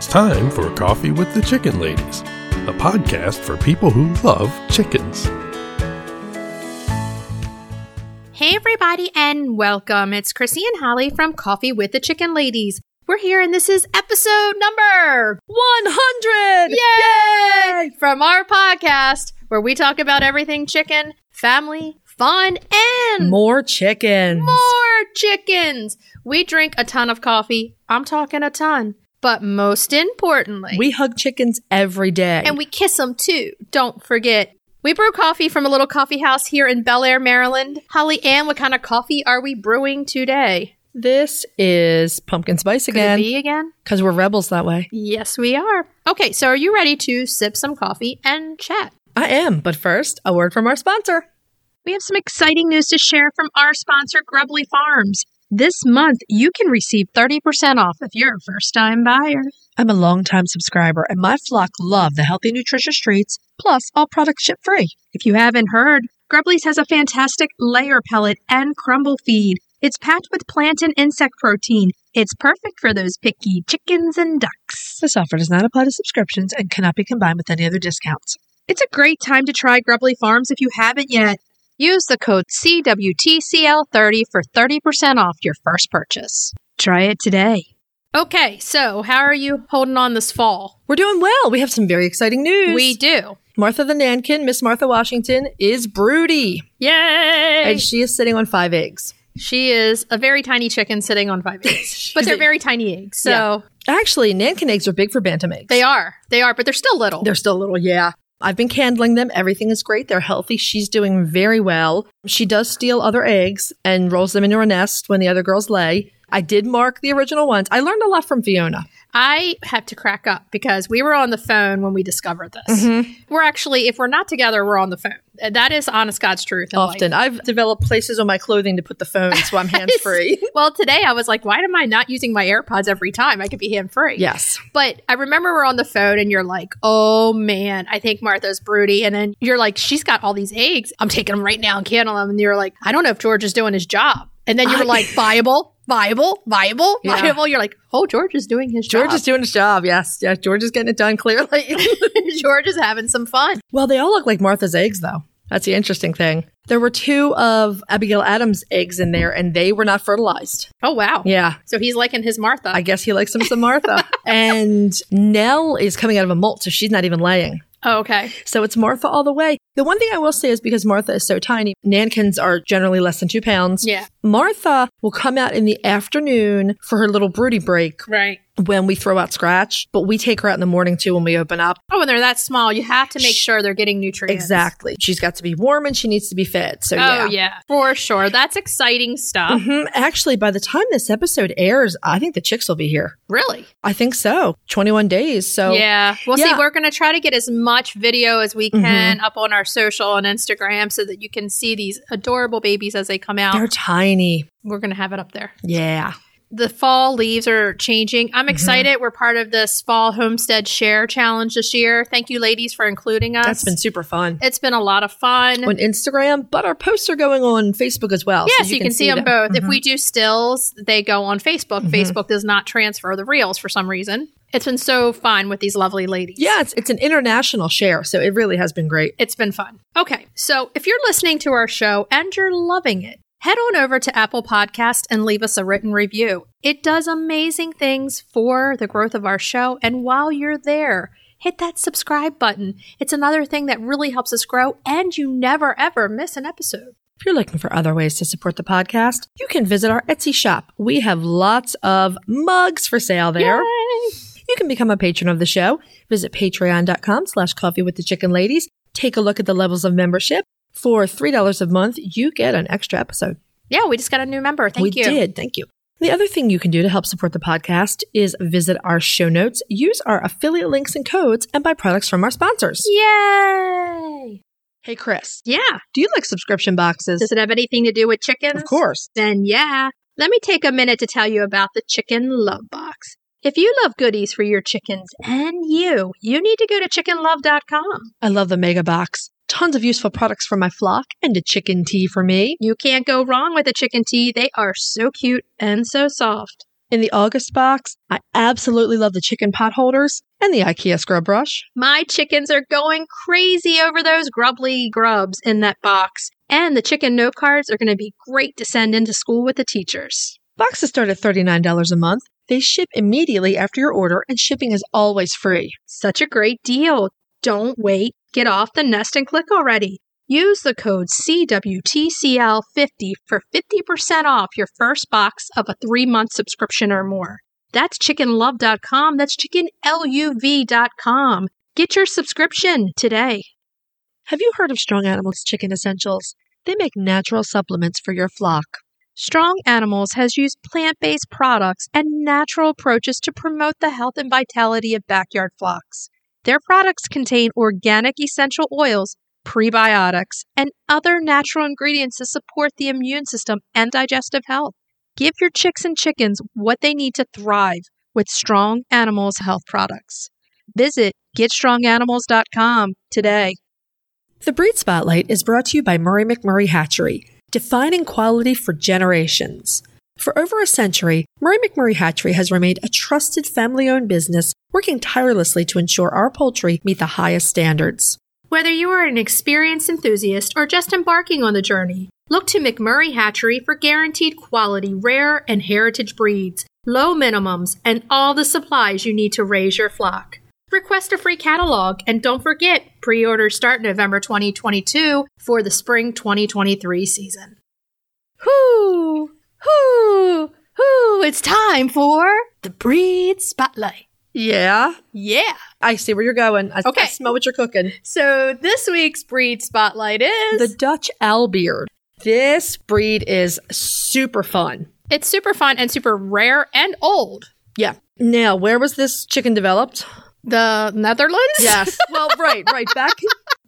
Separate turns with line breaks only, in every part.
time for Coffee with the Chicken Ladies, a podcast for people who love chickens.
Hey, everybody, and welcome. It's Chrissy and Holly from Coffee with the Chicken Ladies. We're here, and this is episode number
100!
Yay! from our podcast where we talk about everything chicken, family, fun, and
More chickens.
more chickens. We drink a ton of coffee. I'm talking a ton. But most importantly,
We hug chickens every day.
and we kiss them too. Don't forget. We brew coffee from a little coffee house here in Bel Air, Maryland. Holly Ann, what kind of coffee are we brewing today?
this is pumpkin spice
Could it
again
be again?
because we're rebels that way.
Yes, we are. Okay, so are you ready to sip some coffee and chat?
I am, but first, a word from our sponsor.
We have some exciting news to share from our sponsor, Grubly Farms. This month, you can receive 30% off if you're a first time buyer.
I'm a longtime subscriber, and my flock love the healthy, nutritious treats, plus all products ship free.
If you haven't heard, Grubly's has a fantastic layer pellet and crumble feed. It's packed with plant and insect protein. It's perfect for those picky chickens and ducks.
This offer does not apply to subscriptions and cannot be combined with any other discounts.
It's a great time to try Grubly Farms if you haven't yet. Use the code CWTCL30 for 30% off your first purchase. Try it today. Okay, so how are you holding on this fall?
We're doing well. We have some very exciting news.
We do.
Martha the Nankin, Miss Martha Washington, is broody,
Yay!
and she is sitting on five eggs.
She is a very tiny chicken sitting on five eggs, but they're very tiny eggs. So
Yeah. Actually, Nankin eggs are big for bantam eggs.
they are, they are, but they're still little.
They're still little, yeah. I've been candling them. Everything is great. They're healthy. She's doing very well. She does steal other eggs and rolls them into her nest when the other girls lay. I did mark the original ones. I learned a lot from Fiona.
I have to crack up because we were on the phone when we discovered this. We're actually, if we're not together, we're on the phone. And That is honest God's truth. in life.
Often, I've developed places on my clothing to put the phone, so I'm hands free.
well, today I was like, why am I not using my AirPods every time? I could be hand free.
yes,
But I remember we're on the phone and you're like, oh man, I think Martha's broody. And then you're like, she's got all these eggs. I'm taking them right now and candle them. And you're like, I don't know if George is doing his job. And then you were like, viable, viable, viable,
Yeah.
viable. You're like, oh, George is doing his
George is
job.
doing his job. Yes, yeah, George is getting it done. Clearly,
George is having some fun.
Well, they all look like Martha's eggs, though. That's the interesting thing. There were two of Abigail Adams' eggs in there, and they were not fertilized.
Oh, wow.
Yeah.
So he's liking his Martha.
I guess he likes him some Martha. and Nell is coming out of a molt, so she's not even laying.
oh, okay.
So it's Martha all the way. The one thing I will say is because Martha is so tiny, Nankins are generally less than two pounds.
Yeah.
Martha will come out in the afternoon for her little broody break
Right.
when we throw out scratch, but we take her out in the morning too when we open up.
Oh, when they're that small, you have to make sure they're getting nutrients.
Exactly. She's got to be warm and she needs to be fed. So
Oh, yeah. Mm-hmm. For sure. That's exciting stuff.
hmm Actually, by the time this episode airs, I think the chicks will be here.
Really?
I think so. 21 days. So
yeah. We'll see.
Yeah.
We're going to try to get as much video as we can up on our social and Instagram so that you can see these adorable babies as they come out.
they're tiny.
We're going to have it up there.
Yeah.
The fall leaves are changing. I'm excited. We're part of this fall homestead share challenge this year. Thank you, ladies, for including us.
That's been super fun.
it's been a lot of fun.
On Instagram, but our posts are going on Facebook as well.
Yes, you, can, see, them Mm-hmm. both. If we do stills, they go on Facebook. Facebook does not transfer the reels for some reason. It's been so fun with these lovely ladies.
Yeah, it's, it's an international share. So it really has been great.
It's been fun. Okay, so if you're listening to our show and you're loving it, head on over to Apple Podcast and leave us a written review. It does amazing things for the growth of our show. And while you're there, hit that subscribe button. It's another thing that really helps us grow, and you never ever miss an episode.
If you're looking for other ways to support the podcast, you can visit our Etsy shop. We have lots of mugs for sale there. You can become a patron of the show. Visit patreon.com slash coffee with the chicken ladies. Take a look at the levels of membership. For $3 a month, you get an extra episode.
Yeah, we just got a new member. Thank
we
you.
did. Thank you. The other thing you can do to help support the podcast is visit our show notes, use our affiliate links and codes, and buy products from our sponsors.
Yay!
Hey, Chris,
Yeah.
do you like subscription boxes?
Does it have anything to do with chickens?
Of course.
Then, yeah. Let me take a minute to tell you about the Chicken Love Box. If you love goodies for your chickens and you, you need to go to chickenlove.com.
I love the mega box. Tons of useful products for my flock and a chicken tea for me.
You can't go wrong with a chicken tea. They are so cute and so soft.
in the August box. I absolutely love the chicken pot holders and the IKEA scrub brush.
My chickens are going crazy over those grubbly grubs in that box. And the chicken note cards are going to be great to send into school with the teachers.
Boxes start at $39 a month. They ship immediately after your order, and shipping is always free.
Such a great deal. Don't wait. Get off the nest and click already. Use the code CWTCL50 for 50% off your first box of a three month subscription or more. That's chickenlove.com. That's chickenluv.com. Get your subscription today.
Have you heard of Strong Animals Chicken Essentials? They make natural supplements for your flock.
Strong Animals has used plant based products and natural approaches to promote the health and vitality of backyard flocks. Their products contain organic essential oils, prebiotics, and other natural ingredients to support the immune system and digestive health. Give your chicks and chickens what they need to thrive with Strong Animals health products. Visit getstronganimals.com today.
The Breed Spotlight is brought to you by Murray McMurray Hatchery, defining quality for generations. For over a century, Murray McMurray Hatchery has remained a trusted family owned business, working tirelessly to ensure our poultry meet the highest standards.
Whether you are an experienced enthusiast or just embarking on the journey, look to McMurray Hatchery for guaranteed quality, rare, and heritage breeds, low minimums, and all the supplies you need to raise your flock. Request a free catalog and don't forget, pre orders start November 2022 for the spring 2023 season. Whoo! Whoo! Whoo! It's time for the Breed Spotlight.
Yeah,
Yeah!
I see where you're going. I,
Okay.
I smell what you're cooking.
So this week's Breed Spotlight is.
The Dutch Owlbeard. This breed is super fun.
it's super fun and super rare and old.
Yeah. Now, where was this chicken developed?
The Netherlands?
Yes. well, right, right. Back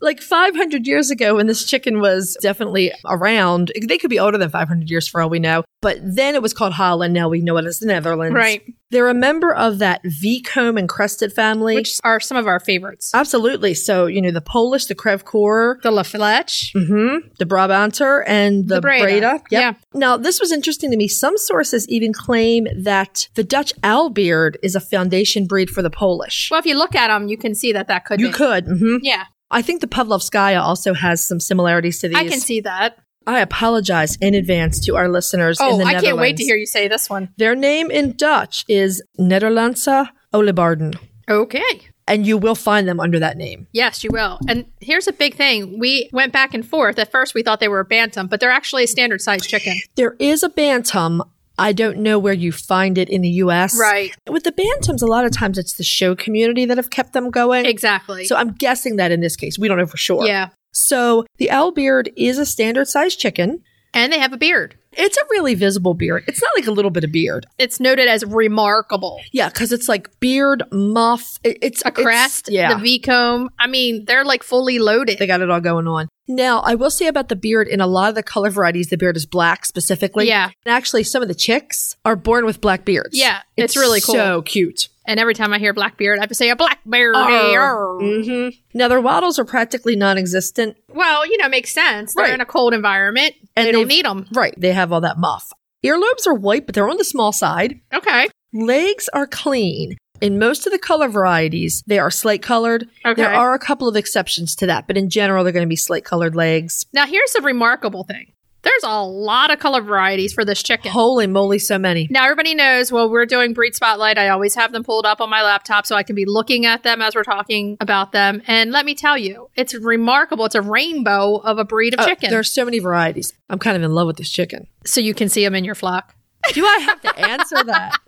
like 500 years ago, when this chicken was definitely around, they could be older than 500 years for all we know. But then it was called Holland. Now we know it as the Netherlands.
Right.
They're a member of that Vicombe and Crested family.
Which are some of our favorites.
Uh, Absolutely. So, you know, the Polish, the Krevkor,
the La Fletch.
hmm the Brabanter, and the,
The Breda.
Breda. Yep.
Yeah.
Now, this was interesting to me. Some sources even claim that the Dutch Owlbeard is a foundation breed for the Polish.
Well, if you look at them, you can see that that could
you
be.
could. hmm
Yeah,
I think the Pavlovskaya also has some similarities to these.
I can see that.
I apologize in advance to our listeners. in
Oh,
the
I can't wait
Netherlands.
to hear you say this one.
Their name in Dutch is Nederlandse Olibarden,
Okay.
and you will find them under that name.
Yes, you will. And here's a big thing. We went back and forth. At first, we thought they were a bantam, but they're actually a standard
Oh,
size chicken.
There is a bantam. I don't know where you find it in the U.S.
Right.
With the bantams, a lot of times it's the show community that have kept them going.
Exactly.
So I'm guessing that in this case, we don't know for sure.
yeah.
So the owlbeard is a standard sized chicken.
And they have a beard.
It's a really visible beard. It's not like a little bit of beard.
It's noted as remarkable.
Yeah, because it's like beard, muff. It- it's
A
it's-
crest,
yeah.
the V comb. I mean, they're like fully loaded.
they got it all going on. Now, I will say about the beard in a lot of the color varieties, the beard is black specifically.
Yeah.
And actually, some of the chicks are born with black beards.
Yeah, it's really cool.
So cute.
and every time I hear Blackbeard, I have to say a Blackbeard.
Arr. Mm-hmm. Now, their wattles are practically non existent.
Well, you know, makes sense. They're
Right.
in a cold environment.
And
they don't
they've-
need them.
Right. They have all that muff. Earlobes are white, but they're on the small side.
Okay.
Legs are clean. In most of the color varieties, they are slate colored.
Okay.
There are a couple of exceptions to that, but in general, they're going to be slate colored legs.
Now, here's the remarkable thing. There's a lot of color varieties for this chicken.
Holy moly, so many.
Now, everybody knows, well, we're doing Breed Spotlight. I always have them pulled up on my laptop so I can be looking at them as we're talking about them. And let me tell you, it's remarkable. It's a rainbow of a breed of
Oh,
chicken.
There are so many varieties. I'm kind of in love with this chicken.
so you can see them in your flock.
Do I have to answer that?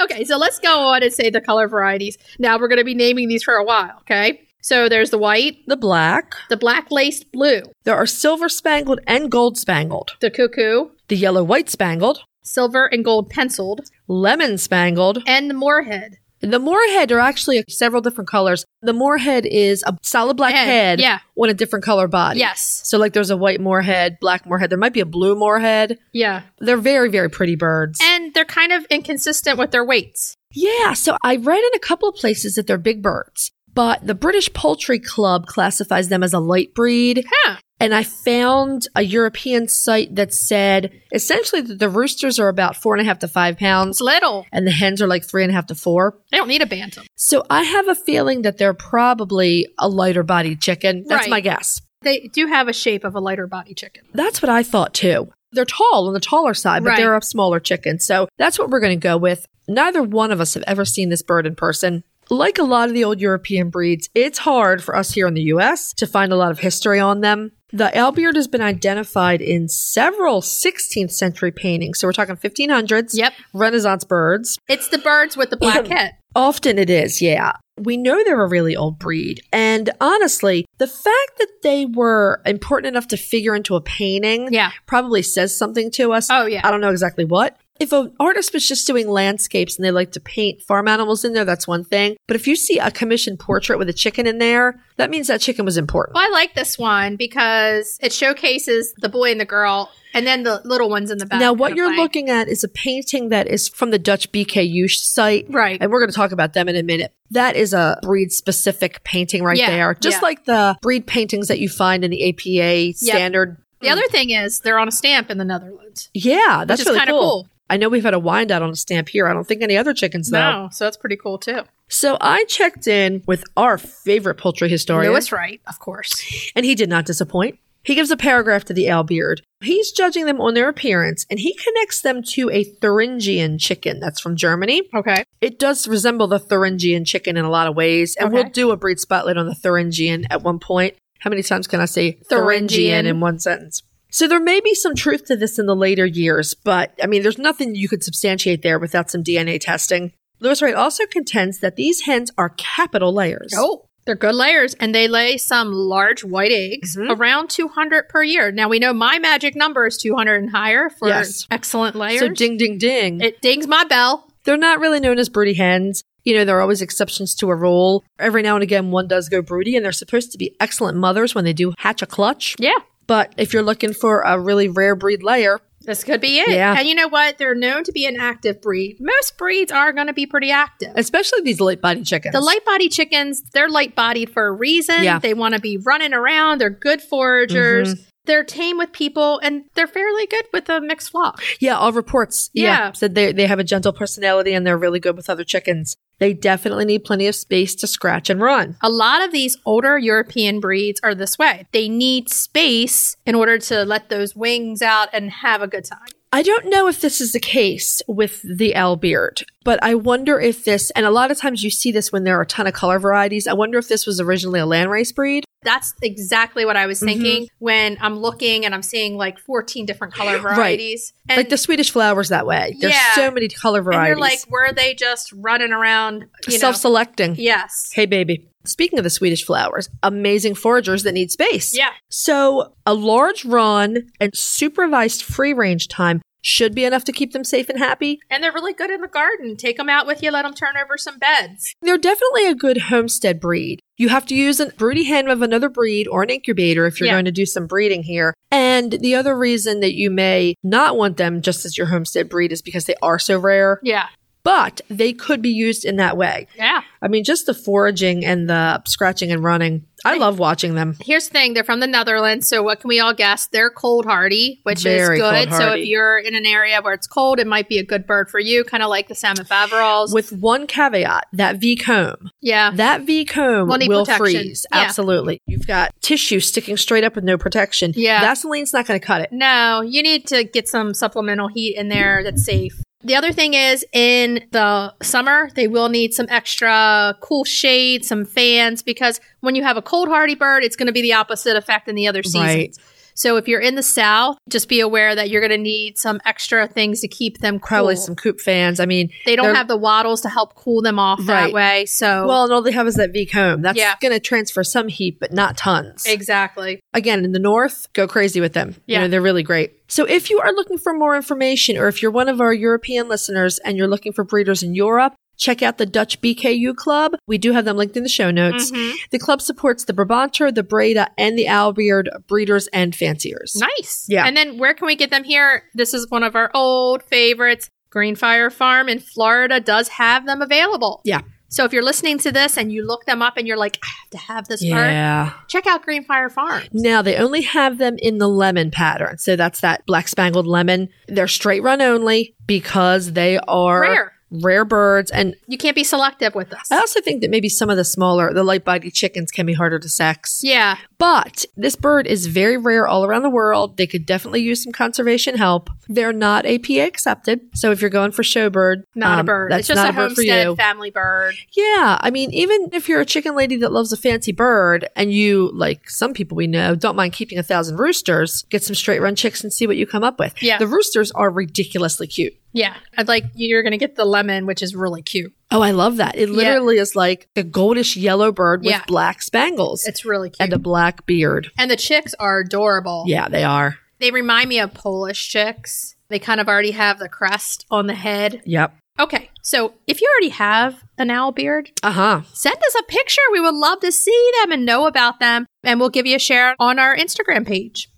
Okay, so let's go on and say the color varieties. Now, we're going to be naming these for a while, okay? So there's the white,
The black.
the black laced blue,
There are silver spangled and gold spangled.
the cuckoo,
The yellow white spangled,
silver and gold penciled,
lemon spangled.
and the moorhead.
The moorhead are actually several different colors. The moorhead is a solid black
Head,
head,
yeah.
on a different color body.
Yes.
So like there's a white moorhead, black moorhead. There might be a blue moorhead.
Yeah.
They're very, very pretty birds.
And they're kind of inconsistent with their weights.
yeah, so I read in a couple of places that they're big birds, but the British Poultry Club classifies them as a light breed.
Huh.
And I found a European site that said essentially that the roosters are about four and a half to five
It's
pounds
little.
and the hens are like three and a half to four.
They don't need a bantam.
So I have a feeling that they're probably a lighter bodied chicken. That's
Right.
my guess.
They do have a shape of a lighter body chicken.
That's what I thought too. They're tall on the taller side, but
Right.
they're a smaller chicken. So that's what we're going to go with. Neither one of us have ever seen this bird in person. Like a lot of the old European breeds, it's hard for us here in the US to find a lot of history on them. The Albeard has been identified in several 16th century paintings. So we're talking 1500s,
Yep.
Renaissance birds.
It's the birds with the black head.
Often it is, yeah. We know they're a really old breed. And honestly, the fact that they were important enough to figure into a painting
Yeah.
probably says something to us.
Oh, yeah.
I don't know exactly what. If an artist was just doing landscapes and they like to paint farm animals in there, that's one thing. But if you see a commissioned portrait with a chicken in there, that means that chicken was important.
Well, I like this one because it showcases the boy and the girl, and then the little ones in the back.
Now, what
kinda
you're
playing.
looking at is a painting that is from the Dutch BKU site.
right?
And we're going to talk about them in a minute. That is a breed specific painting right
Yeah,
there, just
yeah.
like the breed paintings that you find in the APA standard.
The other thing is they're on a stamp in the Netherlands,
Yeah,
which
that's
is
really
kind of
cool.
cool.
I know we've had a wind out on a stamp here. I don't think any other chickens though.
No, so that's pretty cool too.
So I checked in with our favorite poultry historian,
Lewis Wright, of course.
and he did not disappoint. He gives a paragraph to the Albeard. He's judging them on their appearance, and he connects them to a Thuringian chicken that's from Germany.
Okay,
It does resemble the Thuringian chicken in a lot of ways, and we'll
Okay.
do a breed spotlight on the Thuringian at one point. How many times can I say Thuringian,
Thuringian.
in one sentence? So there may be some truth to this in the later years, but I mean, there's nothing you could substantiate there without some DNA testing. Lewis Wright also contends that these hens are capital layers.
oh, they're good layers, and they lay some large white eggs,
Mm-hmm.
around 200 per year. Now we know my magic number is 200 and higher for
Yes.
excellent layers.
so ding, ding, ding.
it dings my bell.
They're not really known as broody hens. You know, there are always exceptions to a rule. Every now and again, one does go broody, and they're supposed to be excellent mothers when they do hatch a clutch.
Yeah,
But if you're looking for a really rare breed layer,
this could be it.
Yeah.
And you know what? They're known to be an active breed. Most breeds are going to be pretty active.
especially these light body chickens,
The light body chickens, they're light bodied for a reason.
Yeah. Mm-hmm.
They want to be running around. They're good foragers. They're tame with people and they're fairly good with a mixed flock.
yeah, all reports, yeah,
Yeah.
said they they have a gentle personality and they're really good with other chickens. They definitely need plenty of space to scratch and run.
A lot of these older European breeds are this way. They need space in order to let those wings out and have a good time.
I don't know if this is the case with the Albeard, but I wonder if this, and a lot of times you see this when there are a ton of color varieties. I wonder if this was originally a landrace breed.
That's exactly what I was thinking when I'm looking and I'm seeing like 14 different color varieties. And,
like the Swedish flowers that way. There's
Yeah.
so many color
and
varieties.
you're like, were they just running around? You know?
self-selecting.
Yes.
Hey, baby. Speaking of the Swedish flowers, amazing foragers that need space.
Yeah.
So, a large run and supervised free range time should be enough to keep them safe and happy.
And they're really good in the garden. Take them out with you, let them turn over some beds.
They're definitely a good homestead breed. You have to use a broody hen of another breed or an incubator if you're
Yeah.
going to do some breeding here. And the other reason that you may not want them just as your homestead breed is because they are so rare,
Yeah.
but they could be used in that way.
Yeah.
I mean, just the foraging and the scratching and running. I love watching them.
Here's the thing they're from the Netherlands. So, what can we all guess? They're cold hardy, which
Very
is good. So,
cold-hardy.
if you're in an area where it's cold, it might be a good bird for you, kind of like the salmon faverals.
with one caveat that V comb.
yeah.
That V comb
We'll need
will
protection.
freeze.
Yeah.
Absolutely. You've got tissue sticking straight up with no protection.
Yeah.
Vaseline's not going to cut it.
No, you need to get some supplemental heat in there that's safe. The other thing is in the summer, they will need some extra cool shade, some fans, because when you have a cold hardy bird, it's going to be the opposite effect in the other seasons.
Right.
So if you're in the south, just be aware that you're going to need some extra things to keep them cool.
Probably some coop fans. I mean,
They don't
they're-
have the wattles to help cool them off
Right.
that way. So
Well, and all they have is that V comb. That's
Yeah.
going to transfer some heat, but not tons.
exactly.
Again, in the north, go crazy with them. You
Yeah.
know, they're really great. So, if you are looking for more information, or if you're one of our European listeners and you're looking for breeders in Europe, check out the Dutch BKU Club. We do have them linked in the show notes.
Mm-hmm.
The club supports the Brabanter, the Breda, and the Albeard breeders and fanciers.
Nice.
Yeah.
And then where can we get them here? This is one of our old favorites. Greenfire Farm in Florida does have them available.
Yeah.
So if you're listening to this and you look them up and you're like, I have to have this part,
Yeah.
check out Green Fire Farms.
Now they only have them in the lemon pattern. So that's that black spangled lemon. They're straight run only because they are
Rare.
rare birds. And
You can't be selective with this.
I also think that maybe some of the smaller, the light bodied chickens can be harder to sex.
Yeah.
But this bird is very rare all around the world. They could definitely use some conservation help. They're not APA accepted. So if you're going for showbird,
Not a
um,
bird.
That's
It's just
not
a,
a, bird for
homestead
you.
family bird.
Yeah, I mean, even if you're a chicken lady that loves a fancy bird and you, like some people we know, don't mind keeping a thousand roosters, get some straight run chicks and see what you come up with.
Yeah.
The roosters are ridiculously cute.
Yeah. I'd like you're gonna get the lemon, which is really cute.
Oh, I love that. It literally is like a goldish yellow bird with
Yeah.
black spangles
It's really cute.
and a black beard.
and the chicks are adorable.
Yeah, they are.
They remind me of Polish chicks. They kind of already have the crest on the head.
Yep.
Okay, so if you already have an owl beard,
Uh huh.
send us a picture. We would love to see them and know about them, and we'll give you a share on our Instagram page.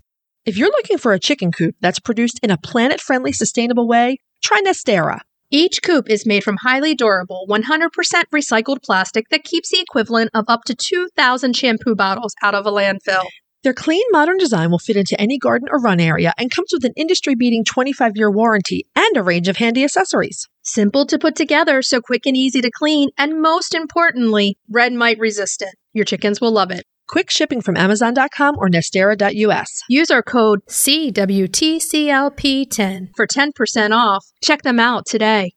If you're looking for a chicken coop that's produced in a planet friendly, sustainable way, try Nestera.
Each coop is made from highly durable, 100% recycled plastic that keeps the equivalent of up to 2,000 shampoo bottles out of a landfill.
Their clean, modern design will fit into any garden or run area and comes with an industry beating 25 year warranty and a range of handy accessories.
Simple to put together, so quick and easy to clean, and most importantly, red mite resistant. Your chickens will love it.
Quick shipping from Amazon.com or Nestera.us.
Use our code CWTCLP10 for 10% off. Check them out today.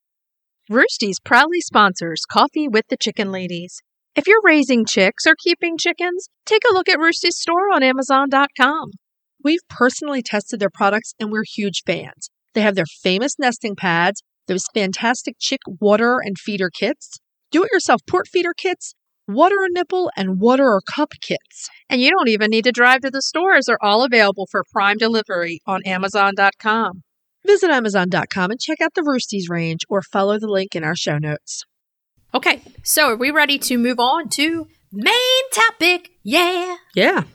Roosties proudly sponsors Coffee with the Chicken Ladies. If you're raising chicks or keeping chickens, take a look at Roosty's store on Amazon.com.
We've personally tested their products and we're huge fans. They have their famous nesting pads, those fantastic chick water and feeder kits, do it yourself port feeder kits, water nipple, and water or cup kits.
And you don't even need to drive to the stores, they're all available for prime delivery on Amazon.com.
Visit Amazon.com and check out the Roosties range or follow the link in our show notes.
Okay, so are we ready to move on to main topic? Yeah.
Yeah.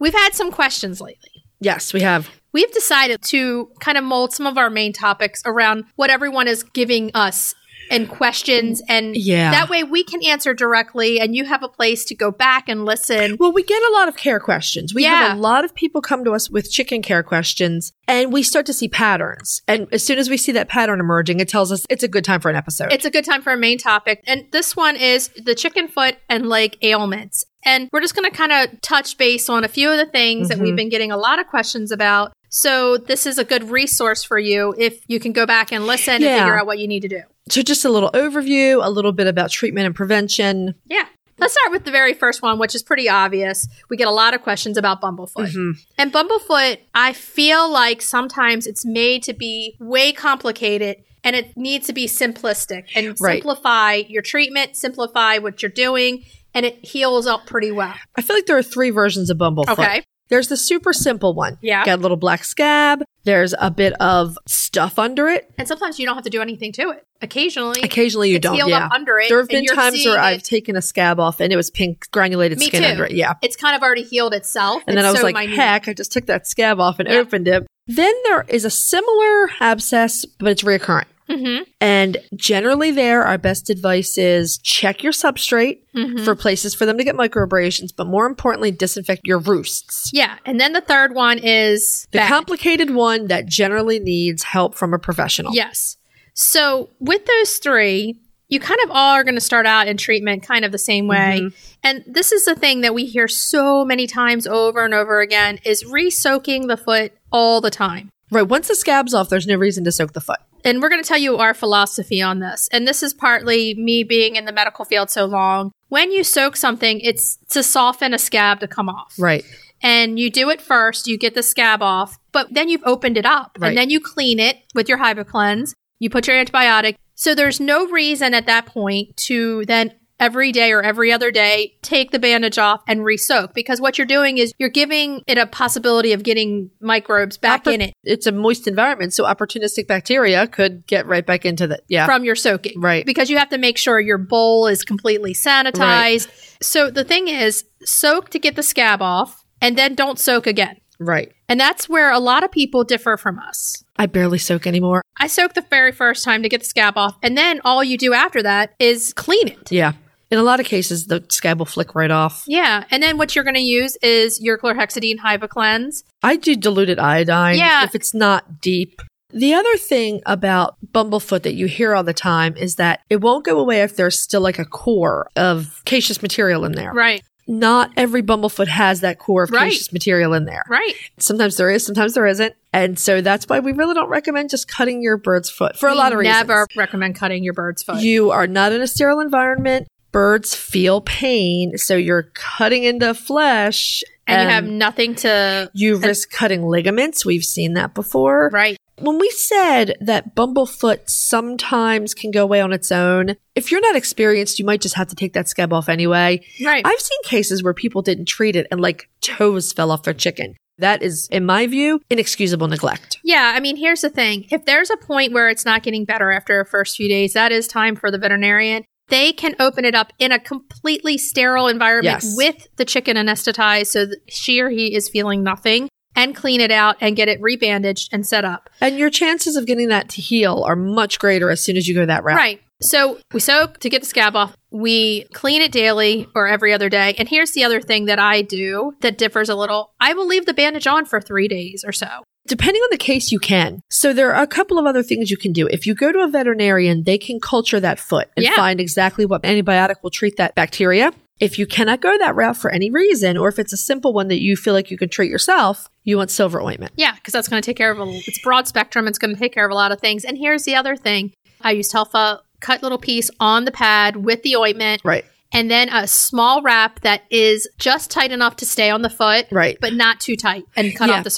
We've had some questions lately.
Yes, we have.
We've decided to kind of mold some of our main topics around what everyone is giving us and questions and
Yeah.
that way we can answer directly and you have a place to go back and listen.
Well, we get a lot of care questions. We
Yeah.
have a lot of people come to us with chicken care questions, and we start to see patterns. And as soon as we see that pattern emerging, it tells us it's a good time for an episode.
It's a good time for our main topic. And this one is the chicken foot and leg ailments. And we're just going to kind of touch base on a few of the things
Mm-hmm.
that we've been getting a lot of questions about. So this is a good resource for you if you can go back and listen
Yeah.
and figure out what you need to do.
so, just a little overview, a little bit about treatment and prevention.
Yeah. Let's start with the very first one, which is pretty obvious. We get a lot of questions about Bumblefoot.
Mm-hmm.
And Bumblefoot, I feel like sometimes it's made to be way complicated and it needs to be simplistic and
Right.
simplify your treatment, simplify what you're doing, and it heals up pretty well.
I feel like there are three versions of Bumblefoot.
Okay.
There's the super simple one.
Yeah.
Got a little black scab. There's a bit of stuff under it.
And sometimes you don't have to do anything to it. Occasionally,
Occasionally you
it's
don't.
healed
yeah.
up under it.
there have
and
been
you're
times
seeing
where I've
it-
taken a scab off and it was pink granulated
Me
skin
too.
under it. Yeah.
it's kind of already healed itself.
And then
It's
I was
so
like,
minute.
heck, I just took that scab off and
Yeah.
opened it. Then there is a similar abscess, but it's recurrent.
Mhm.
And generally, there, our best advice is check your substrate
Mm-hmm.
for places for them to get microabrasions, but more importantly, disinfect your roosts.
Yeah. And then the third one is
The
bad.
complicated one that generally needs help from a professional.
Yes. So with those three, you kind of all are going to start out in treatment kind of the same way. And this is the thing that we hear so many times over and over again is re-soaking the foot all the time.
Right. Once the scab's off, there's no reason to soak the foot.
And we're going to tell you our philosophy on this. And this is partly me being in the medical field so long. When you soak something, it's to soften a scab to come off.
Right.
And you do it first, you get the scab off, but then you've opened it up.
Right.
And then you clean it with your HypoCleanse. You put your antibiotic. So there's no reason at that point to then every day or every other day take the bandage off and re-soak because what you're doing is you're giving it a possibility of getting microbes back
Oppor-
in it
It's a moist environment, so opportunistic bacteria could get right back into the yeah.
from your soaking.
Right.
Because you have to make sure your bowl is completely sanitized. So the thing is, soak to get the scab off and then don't soak again.
right.
And that's where a lot of people differ from us.
I barely soak anymore.
I soak the very first time to get the scab off, and then all you do after that is clean it.
Yeah. In a lot of cases, the scab will flick right off.
Yeah. And then what you're going to use is your chlorhexidine HyvaCleanse.
I do diluted iodine
Yeah.
if it's not deep. The other thing about bumblefoot that you hear all the time is that it won't go away if there's still like a core of caseous material in there.
Right.
Not every bumblefoot has that core of
Right.
caseous material in there.
Right.
Sometimes there is, sometimes there isn't. And so that's why we really don't recommend just cutting your bird's foot for a lot of reasons.
Never recommend cutting your bird's foot.
You are not in a sterile environment. Birds feel pain, so you're cutting into flesh
and you have nothing to.
you risk cutting ligaments. We've seen that before.
Right.
When we said that bumblefoot sometimes can go away on its own, if you're not experienced, you might just have to take that scab off anyway.
Right.
I've seen cases where people didn't treat it and like toes fell off their chicken. That is, in my view, inexcusable neglect.
Yeah, I mean, here's the thing. If there's a point where it's not getting better after a first few days, that is time for the veterinarian. They can open it up in a completely sterile environment
Yes.
with the chicken anesthetized so that she or he is feeling nothing and clean it out and get it rebandaged and set up.
And your chances of getting that to heal are much greater as soon as you go that route.
Right. So we soak to get the scab off. We clean it daily or every other day. And here's the other thing that I do that differs a little I will leave the bandage on for three days or so.
Depending on the case, you can. So there are a couple of other things you can do. If you go to a veterinarian, they can culture that foot and
Yeah.
find exactly what antibiotic will treat that bacteria. If you cannot go that route for any reason, or if it's a simple one that you feel like you can treat yourself, you want silver ointment.
Yeah, because that's going to take care of a, it's broad spectrum. It's going to take care of a lot of things. And here's the other thing: I used Telfa cut little piece on the pad with the ointment,
Right.
and then a small wrap that is just tight enough to stay on the foot,
Right.
but not too tight, and cut off the
Yeah. And use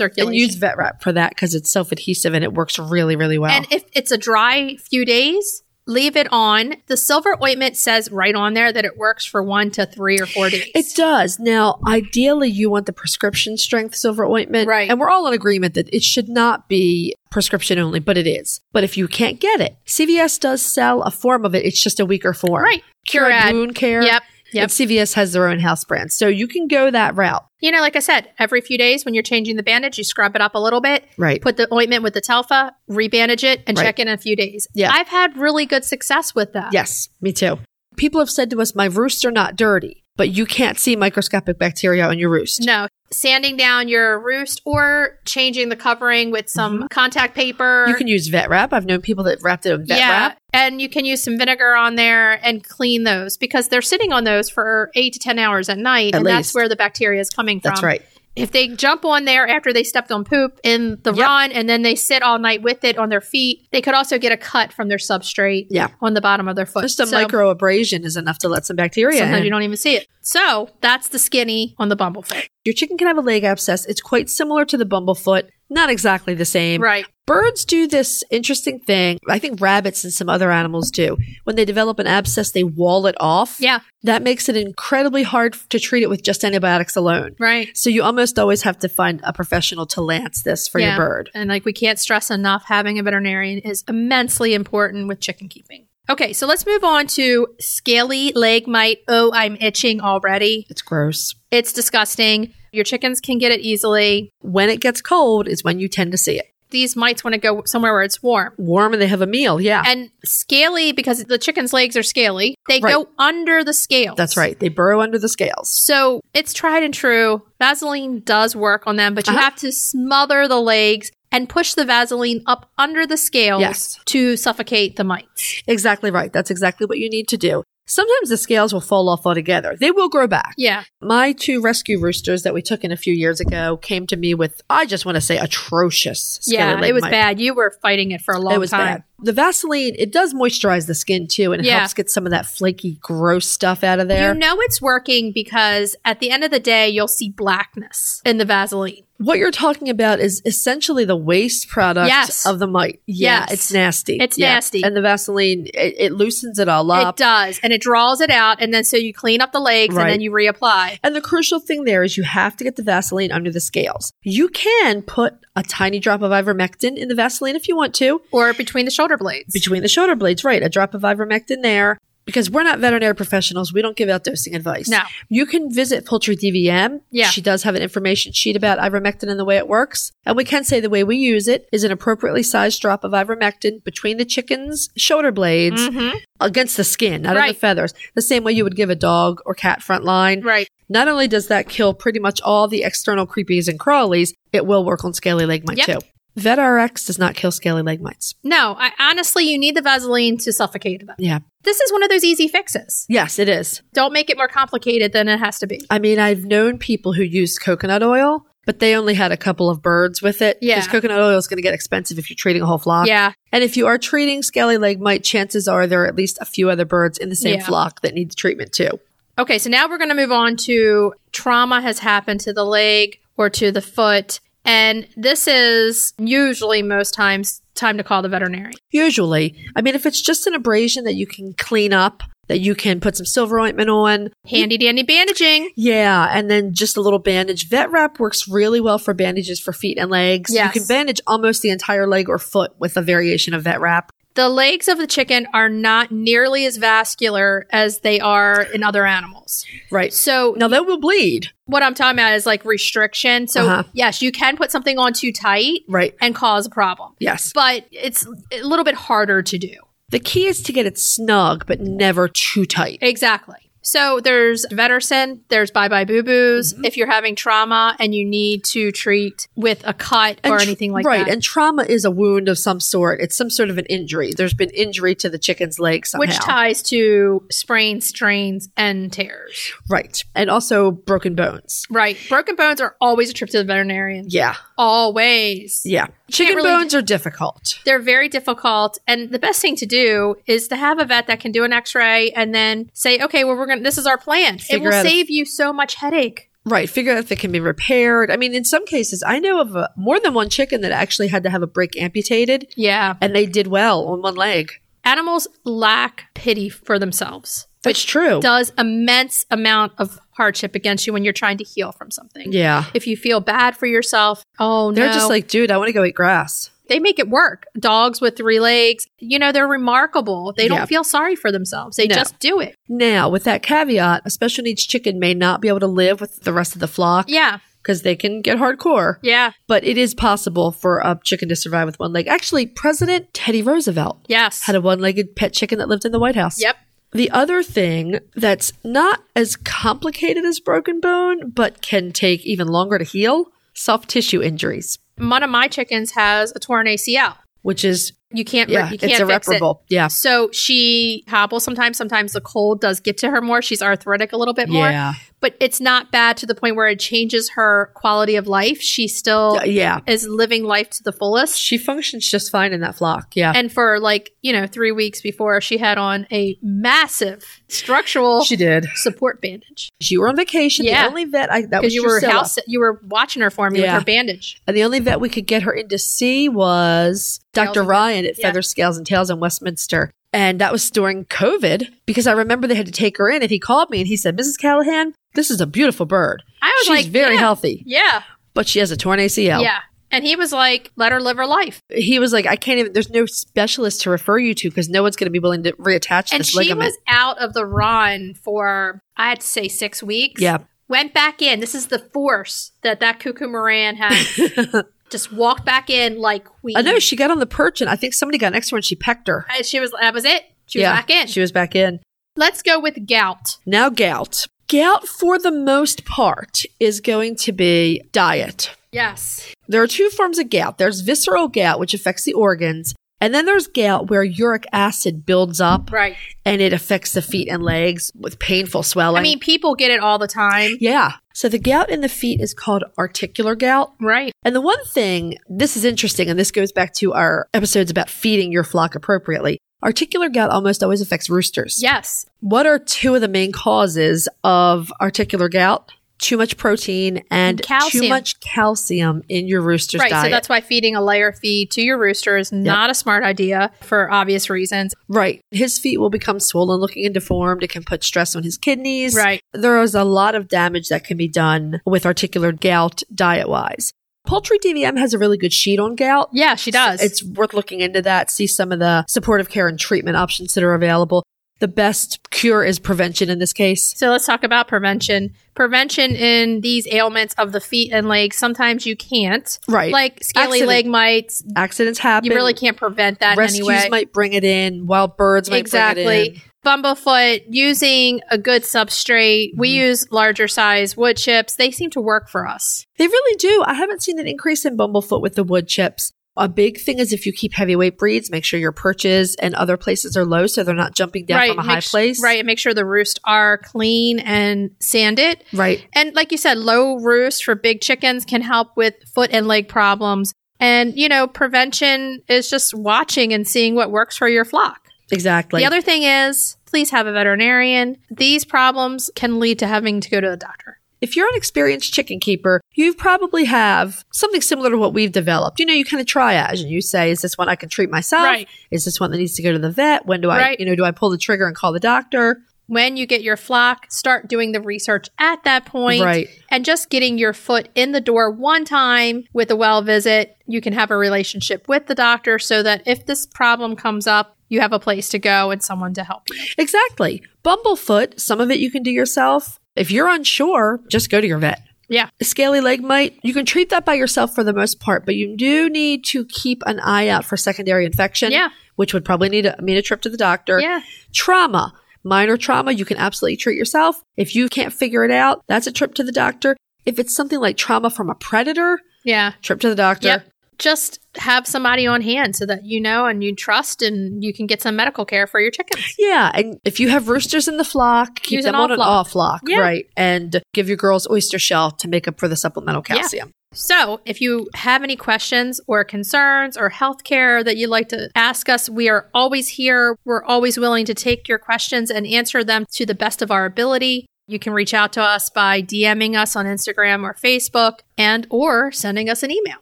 circulation.
vet wrap for that because it's self adhesive and it works really, really well.
And, if it's a dry few days. Leave it on. The silver ointment says right on there that it works for one to three or four days.
It does. Now, ideally, you want the prescription strength silver ointment.
Right.
And we're all in agreement that it should not be prescription only, but it is. But if you can't get it, CVS does sell a form of it. It's just a weaker form.
right.
Curad
Curad.
wound care.
Yep. Yep.
And CVS has their own house brand. So you can go that route.
You know, like I said, every few days when you're changing the bandage, you scrub it up a little bit,
Right.
put the ointment with the Telfa, rebandage it, and
Right.
check in in a few days.
Yeah.
I've had really good success with that.
Yes, me too. People have said to us, my roosts are not dirty, but you can't see microscopic bacteria on your roost.
No, sanding down your roost or changing the covering with some contact paper.
Mm-hmm. You can use vet wrap. I've known people that wrapped it in vet
yeah,
wrap.
and you can use some vinegar on there and clean those because they're sitting on those for eight to ten hours at night,
At
and
least.
that's where the bacteria is coming from.
That's right.
If they jump on there after they stepped on poop in the
Yep.
run, and then they sit all night with it on their feet, they could also get a cut from their substrate
Yeah.
on the bottom of their foot.
Just a
So-
micro abrasion is enough to let some bacteria
Sometimes
in.
you don't even see it. So that's the skinny on the bumblefoot.
Your chicken can have a leg abscess. It's quite similar to the bumblefoot, not exactly the same.
Right.
Birds do this interesting thing. I think rabbits and some other animals do. When they develop an abscess, they wall it off.
Yeah.
That makes it incredibly hard to treat it with just antibiotics alone.
Right.
So you almost always have to find a professional to lance this for
Yeah.
your bird.
And like we can't stress enough, having a veterinarian is immensely important with chicken keeping. Okay, so let's move on to scaly leg mite. Oh, I'm itching already.
It's gross.
It's disgusting. Your chickens can get it easily.
When it gets cold is when you tend to see it.
These mites want to go somewhere where it's warm.
Warm and they have a meal. Yeah.
And scaly, because the chicken's legs are scaly, they
Right.
go under the scales.
That's right. They burrow under the scales.
So it's tried and true. Vaseline does work on them, but you
Uh-huh.
have to smother the legs and push the Vaseline up under the scales
Yes.
to suffocate the mites.
Exactly right. That's exactly what you need to do. Sometimes the scales will fall off altogether. They will grow back.
Yeah.
My two rescue roosters that we took in a few years ago came to me with, I just want to say, atrocious. scaly
yeah.
leg
It was
mite.
bad. You were fighting it for a long
It was
time.
bad. The Vaseline, it does moisturize the skin too and it
Yeah.
helps get some of that flaky, gross stuff out of there.
You know it's working because at the end of the day, you'll see blackness in the Vaseline.
what you're talking about is essentially the waste product
Yes.
of the mite. Yeah,
Yes.
it's nasty.
It's
Yeah.
nasty.
And the Vaseline, it, it loosens it all up.
It does. And it draws it out. And then so you clean up the legs
Right.
and then you reapply.
And the crucial thing there is you have to get the Vaseline under the scales. You can put a tiny drop of ivermectin in the Vaseline if you want to
Or between the shoulder blades.
between the shoulder blades, right? A drop of ivermectin there. because we're not veterinary professionals. We don't give out dosing advice.
No.
You can visit Poultry DVM.
Yeah.
She does have an information sheet about ivermectin and the way it works. And we can say the way we use it is an appropriately sized drop of ivermectin between the chicken's shoulder blades
Mm-hmm.
against the skin, not on
Mm. Right.
the feathers. The same way you would give a dog or cat front line.
Right.
Not only does that kill pretty much all the external creepies and crawlies, it will work on scaly leg mite
Yep.
too. VetRx does not kill scaly leg mites.
No, I, honestly, you need the Vaseline to suffocate them.
Yeah.
This is one of those easy fixes.
Yes, it is.
Don't make it more complicated than it has to be.
I mean, I've known people who used coconut oil, but they only had a couple of birds with it.
Yeah.
Because coconut oil is going to get expensive if you're treating a whole flock.
yeah.
And if you are treating scaly leg mite, chances are there are at least a few other birds in the same
Yeah.
flock that need the treatment too.
Okay, so now we're going to move on to trauma has happened to the leg or to the foot. And this is usually most times time to call the veterinarian.
Usually, I mean, if it's just an abrasion that you can clean up, that you can put some silver ointment on,
Handy dandy bandaging.
Yeah, and then just a little bandage. Vet wrap works really well for bandages for feet and legs.
Yes.
You can bandage almost the entire leg or foot with a variation of vet wrap.
The legs of the chicken are not nearly as vascular as they are in other animals.
Right.
So
Now that will bleed.
what I'm talking about is like restriction. So
Uh-huh.
yes, you can put something on too tight
Right.
and cause a problem.
Yes.
But it's a little bit harder to do.
The key is to get it snug but never too tight.
Exactly. So there's Vetersin, there's Bye Bye Boo Boos.
Mm-hmm.
If you're having trauma and you need to treat with a cut or
And tr-
anything like
right.
that.
And trauma is a wound of some sort. It's some sort of an injury. There's been injury to the chicken's leg somehow.
which ties to sprains, strains, and tears.
Right. And also broken bones.
Right. Broken bones are always a trip to the veterinarian.
Yeah.
Always.
Yeah. Chicken
really-
bones are difficult.
They're very difficult. And the best thing to do is to have a vet that can do an x ray and then say, okay, well, we're going to, this is our plan. it
Figure
will
out if-
save you so much headache.
Right. Figure out if it can be repaired. I mean, in some cases, I know of a, more than one chicken that actually had to have a brick amputated
Yeah.
and they did well on one leg.
Animals lack pity for themselves.
That's true.
does immense amount of hardship against you when you're trying to heal from something.
Yeah.
If you feel bad for yourself, oh
They're
no.
just like, dude, I want to go eat grass.
they make it work. Dogs with three legs, you know, they're remarkable. They
Yeah.
don't feel sorry for themselves. They
No.
just do it.
Now, with that caveat, a special needs chicken may not be able to live with the rest of the flock
Yeah.
because they can get hardcore.
Yeah.
But it is possible for a chicken to survive with one leg. Actually, President Teddy Roosevelt
Yes.
had a one legged pet chicken that lived in the White House.
yep.
The other thing that's not as complicated as broken bone, but can take even longer to heal soft tissue injuries,
One of my chickens has a torn ACL.
which is,
You can't. re-
yeah,
you can't
it's irreparable. Yeah.
Fix it. So she hobbles sometimes. Sometimes the cold does get to her more. She's arthritic a little bit more.
Yeah.
But it's not bad to the point where it changes her quality of life. She still
Yeah.
is living life to the fullest.
She functions just fine in that flock. Yeah.
And for like, you know, three weeks before, she had on a massive structural
she did.
support bandage
You were on vacation.
Yeah.
The only vet I that
because
was
you were
Drusilla.
house you were watching her for me
Yeah.
with her bandage.
and the only vet we could get her in to see was Dr.
and-
Ryan at
yeah.
Feather Scales and Tails in Westminster. And that was during COVID because I remember they had to take her in and he called me and he said, Mrs. Callahan, this is a beautiful bird.
I was
She's
like,
very
yeah,
healthy,
Yeah,
but she has a torn ACL.
yeah. And he was like, "Let her live her life."
He was like, I can't even, there's no specialist to refer you to because no one's going to be willing to reattach
And
this
she
ligament.
was out of the run for I had to say six weeks.
yeah.
went back in. This is the force that that cuckoo Moran has. Just walked back in like queen.
I know she got on the perch and I think somebody got next to her and she pecked her.
And she was. That was it. She was
yeah.
back in.
She was back in.
Let's go with gout.
Now, gout. Gout, for the most part, is going to be diet.
Yes.
There are two forms of gout there's visceral gout, which affects the organs, and then there's gout where uric acid builds up
Right.
and it affects the feet and legs with painful swelling.
I mean, people get it all the time.
yeah. So the gout in the feet is called articular gout.
Right.
And the one thing, this is interesting, and this goes back to our episodes about feeding your flock appropriately. Articular gout almost always affects roosters.
Yes.
What are two of the main causes of articular gout? Too much protein and
Calcium.
too much calcium in your rooster's
right.
diet.
So that's why feeding a layer feed to your rooster is not a smart idea for obvious reasons.
right. His feet will become swollen, looking and deformed. It can put stress on his kidneys.
Right.
There is a lot of damage that can be done with articular gout diet wise. Poultry DVM has a really good sheet on gout.
Yeah, she does.
It's worth looking into that, see some of the supportive care and treatment options that are available. the best cure is prevention in this case.
So let's talk about prevention. Prevention in these ailments of the feet and legs. Sometimes you can't.
Right.
Like scaly
Accident.
leg mites.
Accidents happen.
You really can't prevent that
Rescues
anyway.
might bring it in. Wild birds might bring it in.
exactly. Bumblefoot using a good substrate. We
Mm-hmm.
use larger size wood chips. They seem to work for us.
They really do. I haven't seen an increase in bumblefoot with the wood chips. A big thing is if you keep heavyweight breeds, make sure your perches and other places are low so they're not jumping down from a
make
high
su-
place.
Right. And make sure the roosts are clean and sanded.
Right.
And like you said, low roost for big chickens can help with foot and leg problems. And, you know, prevention is just watching and seeing what works for your flock.
Exactly.
the other thing is, please have a veterinarian. These problems can lead to having to go to a doctor.
if you're an experienced chicken keeper, you probably have something similar to what we've developed. You know, you kind of triage and you say, is this one I can treat myself?
Right.
Is this one that needs to go to the vet? When do I,
Right.
you know, do I pull the trigger and call the doctor?
When you get your flock, start doing the research at that point.
Right.
And just getting your foot in the door one time with a well visit, you can have a relationship with the doctor so that if this problem comes up, you have a place to go and someone to help you.
Exactly. Bumblefoot, some of it you can do yourself. If you're unsure, just go to your vet.
Yeah.
Scaly leg mite, you can treat that by yourself for the most part, but you do need to keep an eye out for secondary infection,
Yeah.
which would probably need a, mean a trip to the doctor.
Yeah.
Trauma, minor trauma, you can absolutely treat yourself. If you can't figure it out, that's a trip to the doctor. If it's something like trauma from a predator,
Yeah.
trip to the doctor.
Yep. Just have somebody on hand so that you know and you trust and you can get some medical care for your chickens.
Yeah, and if you have roosters in the flock, keep
Use an
them on
all
an
flock.
off flock,
Yeah.
right? And give your girls oyster shell to make up for the supplemental
Yeah.
calcium.
So, if you have any questions or concerns or healthcare that you'd like to ask us, we are always here. We're always willing to take your questions and answer them to the best of our ability. You can reach out to us by DMing us on Instagram or Facebook and or sending us an email.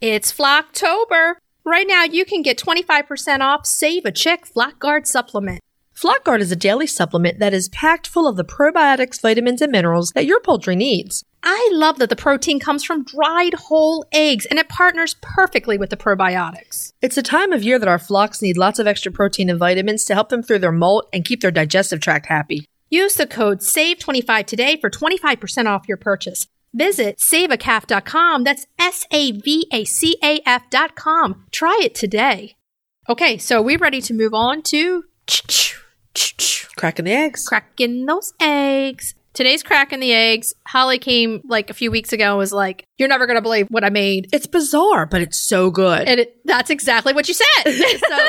It's Flocktober. Right now you can get 25% off Save a Chick Flock Guard supplement.
Flockguard is a daily supplement that is packed full of the probiotics, vitamins, and minerals that your poultry needs.
I love that the protein comes from dried whole eggs and it partners perfectly with the probiotics.
It's a time of year that our flocks need lots of extra protein and vitamins to help them through their molt and keep their digestive tract happy.
Use the code SAVE25 today for 25% off your purchase. Visit saveacaf.com. That's S A V A C A F.com. Try it today. Okay, so we're ready to move on to
Cracking the eggs.
cracking those eggs. Today's cracking the eggs. Holly came like a few weeks ago and was like, You're never going to believe what I made.
it's bizarre, but it's so good.
And it, that's exactly what you said. so,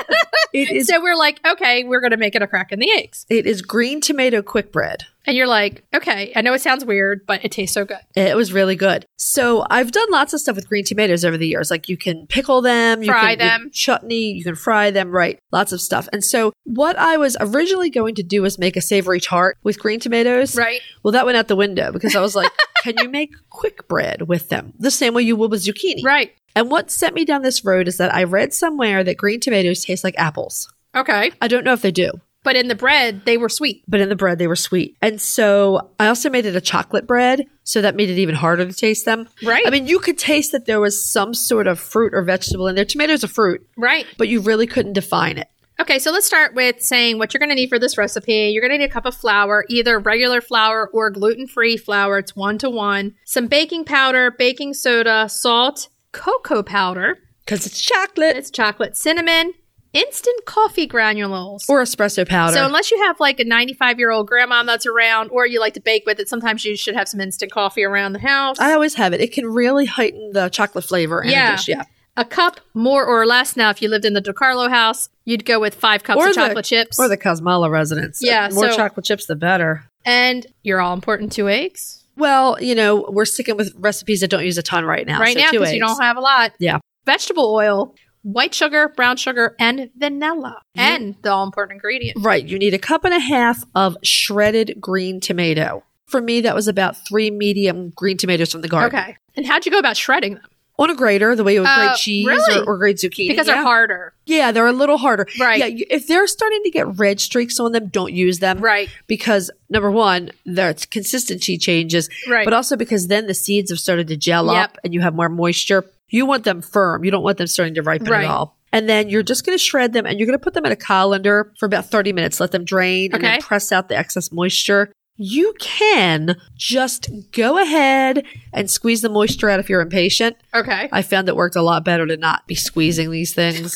it is.
so we're like, Okay, we're going to make it a crack in the eggs.
It is green tomato quick bread.
And you're like, Okay, I know it sounds weird, but it tastes so good.
It was really good. So I've done lots of stuff with green tomatoes over the years. Like you can pickle them, you
Fry
can with
them.
chutney, you can fry them, right? Lots of stuff. And so what I was originally going to do was make a savory tart with green tomatoes.
Right.
Well, that went out the window because I was like, can you make quick bread with them? The same way you would with zucchini.
Right.
And what sent me down this road is that I read somewhere that green tomatoes taste like apples.
Okay.
I don't know if they do,
But in the bread, they were sweet.
but in the bread they were sweet. And so I also made it a chocolate bread, so that made it even harder to taste them.
Right.
I mean, you could taste that there was some sort of fruit or vegetable in there. Tomatoes are fruit,
Right.
but you really couldn't define it.
Okay, so let's start with saying what you're going to need for this recipe. You're going to need a cup of flour, either regular flour or gluten free flour. It's one to one. Some baking powder, baking soda, salt, cocoa powder,
Because it's chocolate
it's chocolate, cinnamon, instant coffee granules.
or espresso powder.
so, unless you have like a 95 year old grandma that's around or you like to bake with it, sometimes you should have some instant coffee around the house.
I always have it. It can really heighten the chocolate flavor in
Yeah.
a dish. Yeah.
a cup more or less. Now, if you lived in the DiCarlo house, you'd go with five cups of chocolate
the,
chips.
Or the Cosmola residence.
Yeah,
The more
so-
chocolate chips, the better.
and your all important two eggs
Well, you know, we're sticking with recipes that don't use a ton right now.
right
so
now
two
because you
eggs.
don't have a lot.
Yeah.
Vegetable oil, white sugar, brown sugar, and vanilla, and the all important ingredient.
Right. You need a cup and a half of shredded green tomato. For me, that was about three medium green tomatoes from the garden.
Okay. And how'd you go about shredding them?
On a grater, the way you would grate
Uh,
cheese
really?
or, or grate zucchini.
Because
yeah.
they're harder.
Yeah, they're a little harder.
Right.
Yeah, you- if they're starting to get red streaks on them, don't use them.
Right.
Because number one, their consistency changes.
Right.
But also because then the seeds have started to gel
Yep.
up and you have more moisture. You want them firm. You don't want them starting to ripen
Right.
at all. And then you're just going to shred them and you're going to put them in a colander for about 30 minutes. Let them drain and then
Okay.
press out the excess moisture. You can just go ahead and squeeze the moisture out if you're impatient.
Okay.
I found it worked a lot better to not be squeezing these things.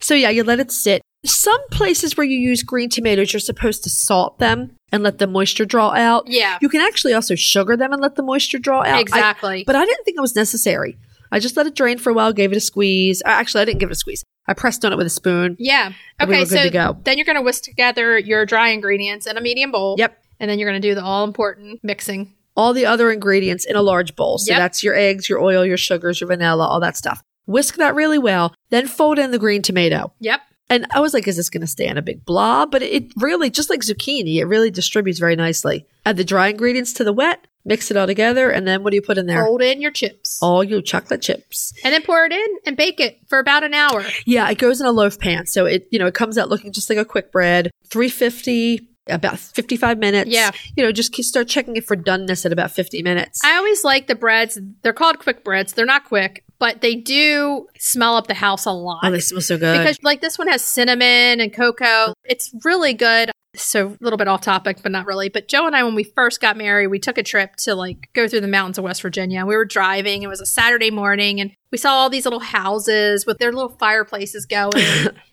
so yeah, you let it sit. Some places where you use green tomatoes, you're supposed to salt them and let the moisture draw out.
Yeah.
You can actually also sugar them and let the moisture draw out. I-
Exactly.
but I didn't think it was necessary. I just let it drain for a while, gave it a squeeze. Uh, Actually, I didn't give it a squeeze. I pressed on it with a spoon.
yeah.
And we
Okay.
were good
so
to go.
then you're going to whisk together your dry ingredients in a medium bowl.
Yep.
And then you're going to do the all important mixing.
all the other ingredients in a large bowl. So
Yep.
that's your eggs, your oil, your sugars, your vanilla, all that stuff. Whisk that really well, then fold in the green tomato.
Yep.
And I was like, is this going to stay in a big blob? But it really, just like zucchini, it really distributes very nicely. Add the dry ingredients to the wet, mix it all together, and then what do you put in there? Oh.
Fold in your chips.
All your chocolate chips.
And then pour it in and bake it for about an hour.
Yeah, it goes in a loaf pan. So it, you know, it comes out looking just like a quick bread, 350, about 55 minutes.
Yeah.
You know, just ke- start checking it for doneness at about 50 minutes.
I always like the breads. They're called quick breads. They're not quick, but they do smell up the house a lot.
oh, they smell so good.
because like this one has cinnamon and cocoa. It's really good. So a little bit off topic, but not really. But Joe and I, when we first got married, we took a trip to like go through the mountains of West Virginia. We were driving. It was a Saturday morning, and we saw all these little houses with their little fireplaces going.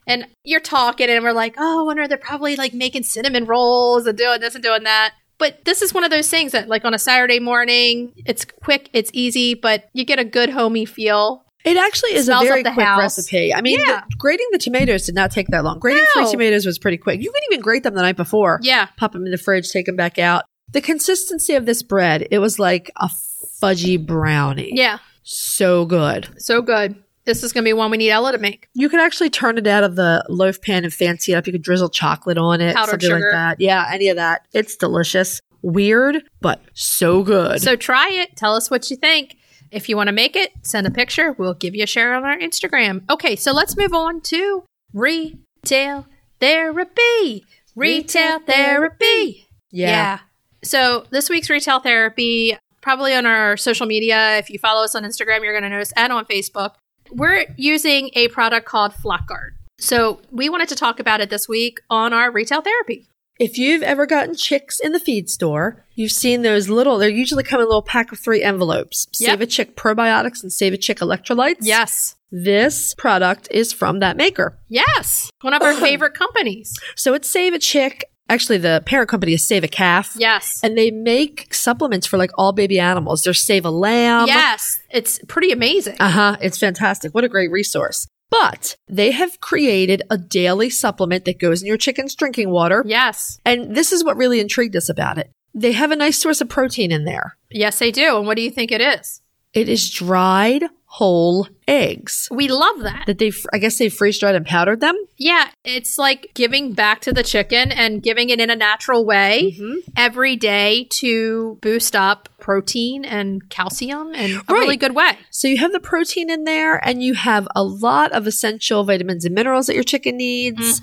and you're talking, and we're like, "Oh, I wonder they're probably like making cinnamon rolls and doing this and doing that." But this is one of those things that, like, on a Saturday morning, it's quick, it's easy, but you get a good homey feel.
It actually is a
Smells
very
up the
quick
house.
recipe. I mean,
Yeah.
the- grating the tomatoes did not take that long. Grating three
No.
tomatoes was pretty quick. You could even grate them the night before.
Yeah,
Pop them in the fridge, take them back out. The consistency of this bread, it was like a fudgy brownie.
yeah,
So good.
so good. This is gonna be one we need Ella to make.
You could actually turn it out of the loaf pan and fancy it up. You could drizzle chocolate on it,
Powdered
something
sugar.
like that. Yeah, any of that. It's delicious. Weird, but so good.
So try it. Tell us what you think. If you want to make it, send a picture. We'll give you a share on our Instagram. Okay, so let's move on to retail therapy. Retail therapy. Yeah. So this week's retail therapy, probably on our social media, if you follow us on Instagram, you're going to notice, and on Facebook, we're using a product called Flockguard. So we wanted to talk about it this week on our retail therapy.
If you've ever gotten chicks in the feed store, you've seen those little, they usually come in a little pack of three envelopes
Yep.
Save a Chick probiotics and Save a Chick electrolytes.
Yes.
This product is from that maker.
Yes. One of our favorite companies.
So it's Save a Chick. Actually, the parent company is Save a Calf.
Yes.
And they make supplements for like all baby animals. There's Save a Lamb.
yes, it's pretty amazing.
Uh huh. It's fantastic. What a great resource. But they have created a daily supplement that goes in your chicken's drinking water.
yes,
And this is what really intrigued us about it. They have a nice source of protein in there.
yes, they do. And what do you think it is?
It is dried whole eggs
We love that.
that they, I guess, they freeze dried and powdered them.
Yeah, it's like giving back to the chicken and giving it in a natural way every day to boost up protein and calcium in a really
Right.
good way.
So you have the protein in there, and you have a lot of essential vitamins and minerals that your chicken
Mm-hmm.
needs.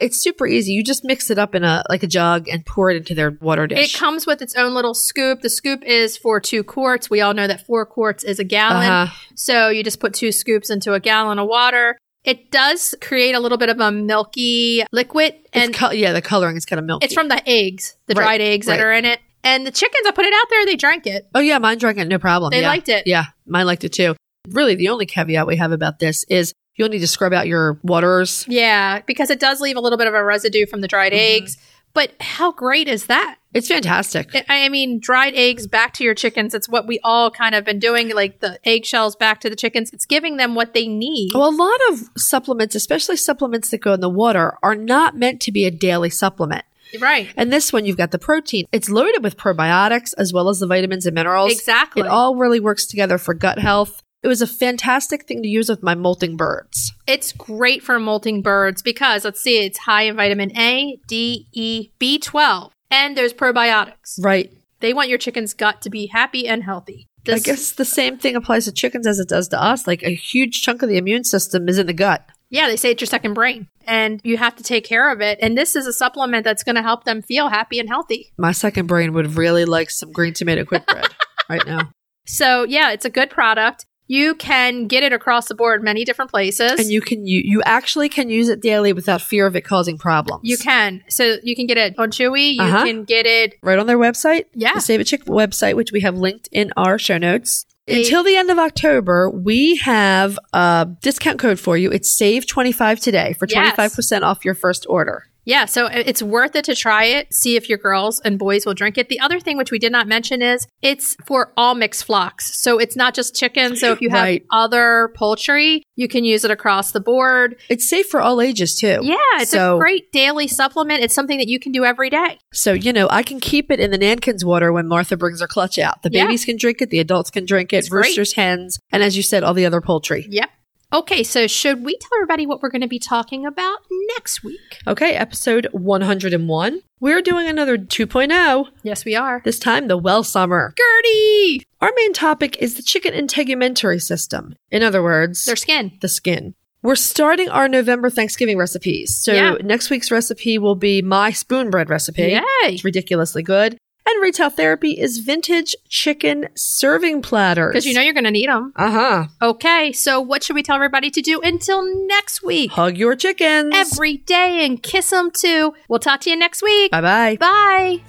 It's super easy. You just mix it up in a like a jug and pour it into their water dish.
It comes with its own little scoop. The scoop is for two quarts. We all know that four quarts is a gallon.
Uh-huh.
So you just put two scoops into a gallon of water. It does create a little bit of a milky liquid.
It's
and
co- yeah, the coloring is kind of milky.
It's from the eggs, the
Right,
dried eggs
right.
that are in it. And the chickens, I put it out there, they drank it.
oh yeah, mine drank it no problem.
They
Yeah.
liked it.
Yeah, mine liked it too. Really, the only caveat we have about this is you'll need to scrub out your waterers.
Yeah, because it does leave a little bit of a residue from the dried
Mm-hmm.
eggs. But how great is that?
It's fantastic.
I- I mean, dried eggs back to your chickens. It's what we all kind of been doing, like the eggshells back to the chickens. It's giving them what they need.
Well, a lot of supplements, especially supplements that go in the water, are not meant to be a daily supplement.
right.
And this one, you've got the protein. It's loaded with probiotics as well as the vitamins and minerals.
Exactly.
It all really works together for gut health. It was a fantastic thing to use with my molting birds.
It's great for molting birds because, let's see, it's high in vitamin A, D, E, B12, and there's probiotics.
Right.
They want your chicken's gut to be happy and healthy.
I guess the same thing applies to chickens as it does to us. Like a huge chunk of the immune system is in the gut.
Yeah, they say it's your second brain and you have to take care of it. And this is a supplement that's going to help them feel happy and healthy.
My second brain would really like some green tomato quick bread right now.
So, yeah, it's a good product. You can get it across the board many different places.
And you can you you actually can use it daily without fear of it causing problems.
You can. So you can get it on Chewy. You
Uh-huh.
can get it.
right on their website,
Yeah.
the Save a Chick website, which we have linked in our show notes.
Eight.
Until the end of October, we have a discount code for you. It's save twenty five today for twenty
Yes.
five percent off your first order.
Yeah. So i- it's worth it to try it. See if your girls and boys will drink it. The other thing, which we did not mention, is it's for all mixed flocks. So it's not just chicken. So if you have
Right.
other poultry, you can use it across the board.
It's safe for all ages too.
Yeah. It's
So-
a great daily supplement. It's something that you can do every day.
So you know, I can keep it in the Nankins water when Martha brings her clutch out. The
Yeah.
babies can drink it, the adults can drink it,
It's great.
roosters, hens, and as you said, all the other poultry.
Yep. Okay. So should we tell everybody what we're going to be talking about next week?
Okay, episode one hundred and one. We're doing another 2.0.
Yes, we are.
This time, the well summer.
Gertie!
Our main topic is the chicken integumentary system. In other words,
Their skin.
the skin. We're starting our November Thanksgiving recipes. So
Yeah.
next week's recipe will be my spoon bread recipe.
Yay!
It's ridiculously good. And retail therapy is vintage chicken serving platters.
Because you know you're going to need them.
uh huh.
Okay, so what should we tell everybody to do until next week?
Hug your chickens.
Every day and kiss them too. We'll talk to you next week.
bye bye.
Bye.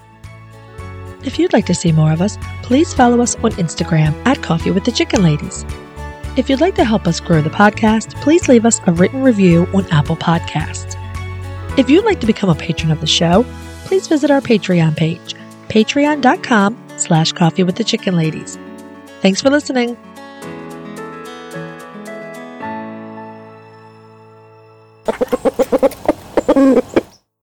If you'd like to see more of us, please follow us on Instagram at Coffee with the Chicken Ladies. If you'd like to help us grow the podcast, please leave us a written review on Apple Podcasts. If you'd like to become a patron of the show, please visit our Patreon page, patreon.com slash coffee with the chicken ladies. Thanks for listening.